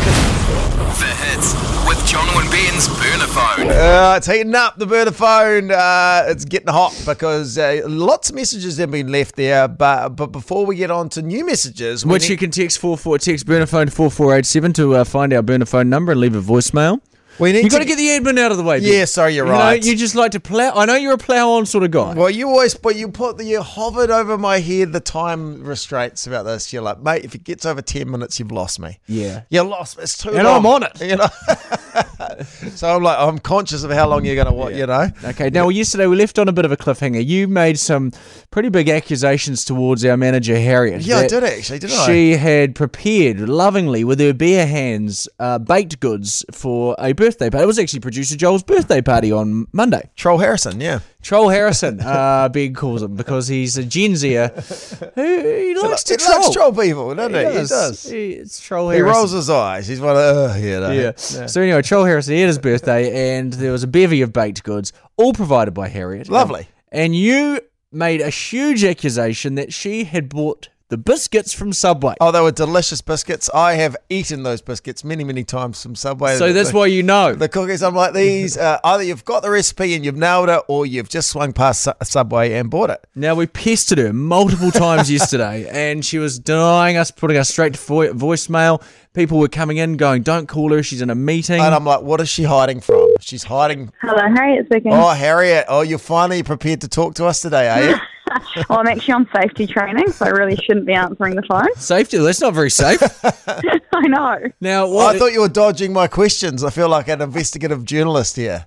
The hits with John and Ben's burner phone. Uh, it's heating up the burner phone. Uh, it's getting hot because uh, lots of messages have been left there. But but before we get on to new messages, we Which need- you can text four four text burner phone four four eight seven to uh, find our burner phone number and leave a voicemail. we need You got to get the admin out of the way. Ben. Yeah, sorry, you're You know, right. you just like to plow. I know you're a plow on sort of guy. Well, you always, but you put the, you hovered over my head the time restraints about this. You're like, mate, if it gets over ten minutes, you've lost me. Yeah. you lost. me. It's too. And long. I'm on it. You know. so I'm like, I'm conscious of how long you're gonna want. You know. Okay, now well, yesterday we left on a bit of a cliffhanger. You made some pretty big accusations towards our manager Harriet. Yeah, I that did actually, didn't I? She had prepared lovingly with her bare hands uh, baked goods for a birthday party. It was actually producer Joel's birthday party on Monday. Troll Harrison. Yeah. Troll Harrison, uh, Big calls him because he's a Gen Zer who he likes he to troll. likes troll people, doesn't he? He does. does. He- it's Troll He Harrison. rolls his eyes. He's one of, uh, you know. Yeah. So anyway, Troll Harrison he had his birthday, and there was a bevy of baked goods, all provided by Harriet. Lovely. And you made a huge accusation that she had bought the biscuits from Subway. Oh, they were delicious biscuits. I have eaten those biscuits many, many times from Subway. so that's the, why you know. the cookies. I'm like these. Uh, either you've got the recipe and you've nailed it, or you've just swung past Su- Subway and bought it. now we pestered her multiple times yesterday, and she was denying us, putting us straight to vo- voicemail. People were coming in, going, "Don't call her. She's in a meeting." And I'm like, what is she hiding from? She's hiding. Hello, Harriet speaking. Oh, Harriet. Oh, you're finally prepared to talk to us today, eh? are you? Well, Oh, I'm actually on safety training, so I really shouldn't be answering the phone. Safety? That's not very safe. I know. now, Oh, what? I thought you were dodging my questions. I feel like an investigative journalist here.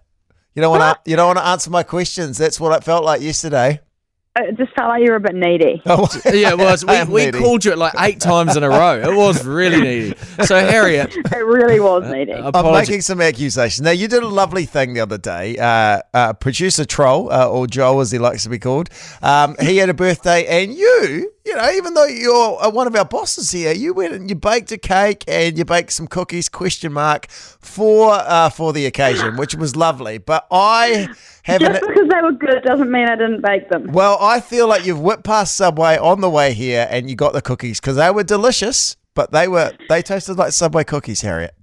You don't want to. You don't want to answer my questions. That's what it felt like yesterday. It Uh, just felt like you were a bit needy. Oh, Yeah, it was. I am We, we needy. called you it like eight times in a row. It was really needy. So, Harriet, It really was needy. I'm apologies. making some accusations. Now, you did a lovely thing the other day. Uh, uh, producer Troll, uh, or Joel as he likes to be called, um, he had a birthday, and you, you know, even though you're uh, one of our bosses here, you went and you baked a cake and you baked some cookies, question mark, for uh, for the occasion, which was lovely. But I have an. Just because they were good doesn't mean I didn't bake them. Well, I feel like you've whipped past Subway on the way here and you got the cookies because they were delicious, but they were they tasted like Subway cookies, Harriet.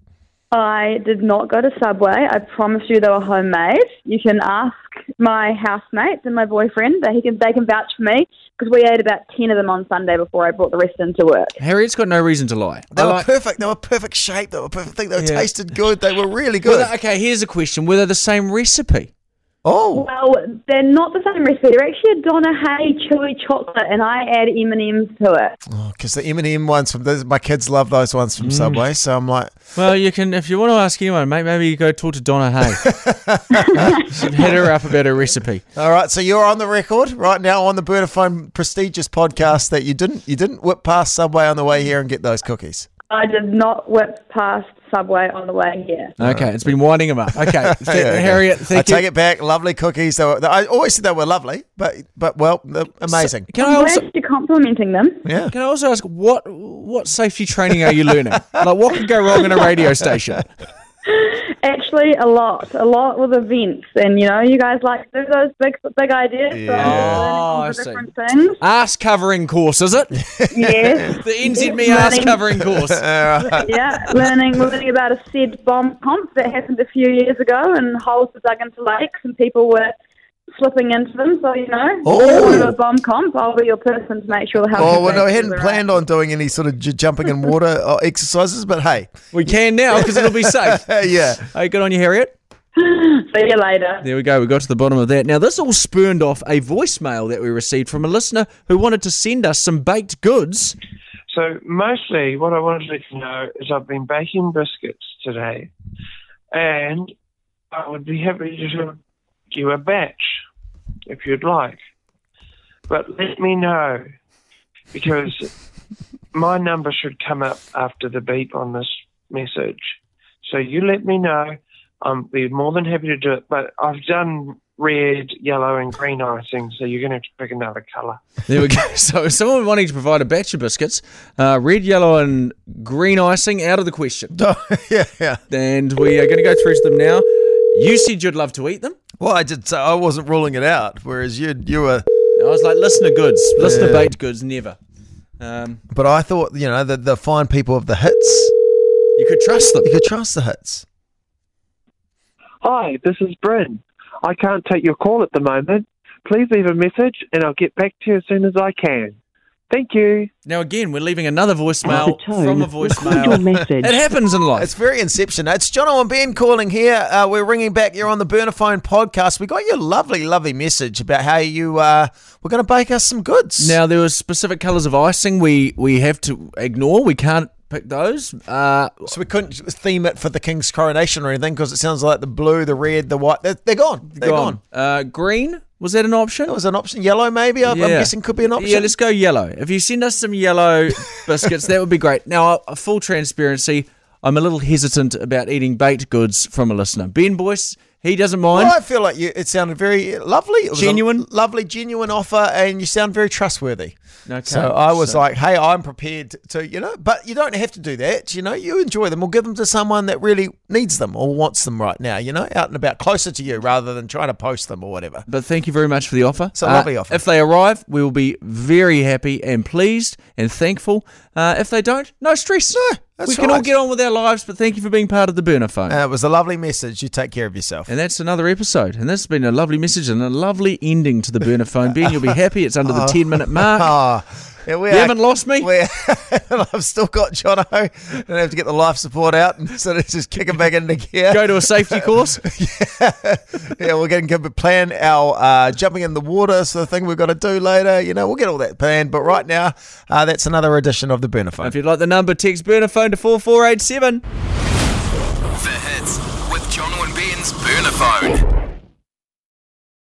I did not go to Subway. I promise you they were homemade. You can ask my housemates and my boyfriend that he can they can vouch for me because we ate about ten of them on Sunday before I brought the rest into work. Harriet's got no reason to lie. They I were like- perfect. They were perfect shape. They were perfect. Thing. They were Yeah. tasted good. They were really Were good. they- okay, here's a question: Were they the same recipe? oh, Well, they're not the same recipe. They're actually a Donna Hay chewy chocolate, and I add M and M's to it. because Oh, the M and M ones from those, my kids love those ones from Subway. So I'm like, Well, you can if you want to ask anyone, mate. Maybe you go talk to Donna Hay. She'd hit her up about her recipe. all right. So you're on the record right now on the Burner Phone prestigious podcast that you didn't you didn't whip past Subway on the way here and get those cookies. I did not whip past Subway on the way here. Okay, it's been winding him up. Okay, th- Yeah, okay. Harriet, I thank you. take it back. Lovely cookies. They were, I always said they were lovely, but but well, they're amazing. Can I I'm also glad you're complimenting them. yeah. can I also ask what what safety training are you learning? like, what could go wrong in a radio station? Actually, a lot, a lot with events, and you know, you guys like do those big, big ideas. So I'm Yeah. Oh, all I learning see. all the different things. Ass covering course, is it? Yes. The NZME Yeah, ass learning- covering course. yeah, learning learning about a said bomb pump that happened a few years ago, and holes were dug into lakes, and people were slipping into them. So you know, Oh. if you do a bomb comp, I'll be your person to make sure the house. Oh well, no, I hadn't planned on doing any sort of j- jumping in water uh, exercises, but hey, We can now because it'll be safe. yeah. Hey, good on you, Harriet. See you later. There we go. We got to the bottom of that. Now, this all spurned off a voicemail that we received from a listener who wanted to send us some baked goods. So mostly what I wanted to let you know is I've been baking biscuits today and I would be happy to do you a batch if you'd like. But let me know because my number should come up after the beep on this message. So you let me know. I'll be more than happy to do it. But I've done red, yellow and green icing, so you're going to have to pick another colour. There we go. So, someone wanting to provide a batch of biscuits, uh, red, yellow, and green icing out of the question. yeah, yeah. And we are going to go through to them now. You said you'd love to eat them. Well, I did. So I wasn't ruling it out, whereas you you were. I was like, listener goods, listener baked goods, never. Um, But I thought you know the the fine people of the hits. you could trust them. You could trust the hits. Hi, this is Bryn. I can't take your call at the moment. Please leave a message and I'll get back to you as soon as I can. Thank you. Now again, we're leaving another At voicemail the tone, from a record your voicemail. message. It happens in life. It's very Inception. It's John and Ben calling here. Uh, we're ringing back. You're on the Burner Phone podcast. We got your lovely, lovely message about how you uh, were going to bake us some goods. Now there were specific colours of icing we we have to ignore. We can't pick those. Uh, so we couldn't theme it for the king's coronation or anything because it sounds like the blue, the red, the white. They're, they're gone. They're gone. Uh, green was that an option? That was an option. Yellow, maybe. I, I'm guessing could be an option. Yeah, let's go yellow. If you send us some yellow biscuits, that would be great. Now, uh, full transparency, I'm a little hesitant about eating baked goods from a listener. Ben Boyce, he doesn't mind. Well, I feel like you, it sounded very lovely. It was a Genuine? lovely, genuine offer, and you sound very trustworthy. Okay, So I was so- like, hey, I'm prepared to, you know, but you don't have to do that. You know, you enjoy them or give them to someone that really needs them or wants them right now, you know, out and about closer to you rather than trying to post them or whatever. But thank you very much for the offer. Uh, It's a lovely offer. If they arrive, we will be very happy and pleased and thankful. Uh, if they don't, no stress. No, that's we can all right. get on with our lives. But thank you for being part of the burner phone. Uh, it was a lovely message. You take care of yourself. and that's another episode. And that's been a lovely message and a lovely ending to the burner phone. Ben, you'll be happy. It's Oh. under the ten minute mark. Ah, yeah, we You haven't lost me? we- I've still got Jono. I don't have to get the life support out and sort of just kick him back into gear. Go to a safety course. yeah, we're going to plan our uh, jumping in the water, so the thing we've got to do later. You know, we'll get all that planned. But right now, uh, that's another edition of the Burner Phone. if you'd like the number, text burner phone to four four eight seven. The hits with Jono and Ben's Burner Phone.